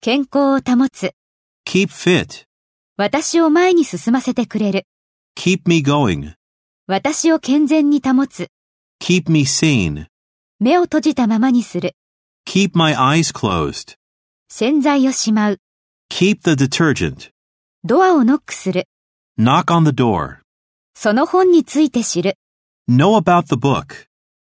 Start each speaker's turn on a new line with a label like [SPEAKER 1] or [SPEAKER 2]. [SPEAKER 1] 健康を保つ。
[SPEAKER 2] Keep fit.
[SPEAKER 1] 私を前に進ませてくれる。
[SPEAKER 2] Keep me going.
[SPEAKER 1] 私を健全に保つ。
[SPEAKER 2] Keep me sane.
[SPEAKER 1] 目を閉じたままにする。
[SPEAKER 2] Keep my eyes closed.
[SPEAKER 1] 洗剤をしまう。
[SPEAKER 2] Keep the detergent.
[SPEAKER 1] ドアをノックする。
[SPEAKER 2] Knock on the door.
[SPEAKER 1] その本について知る。
[SPEAKER 2] Know about the book.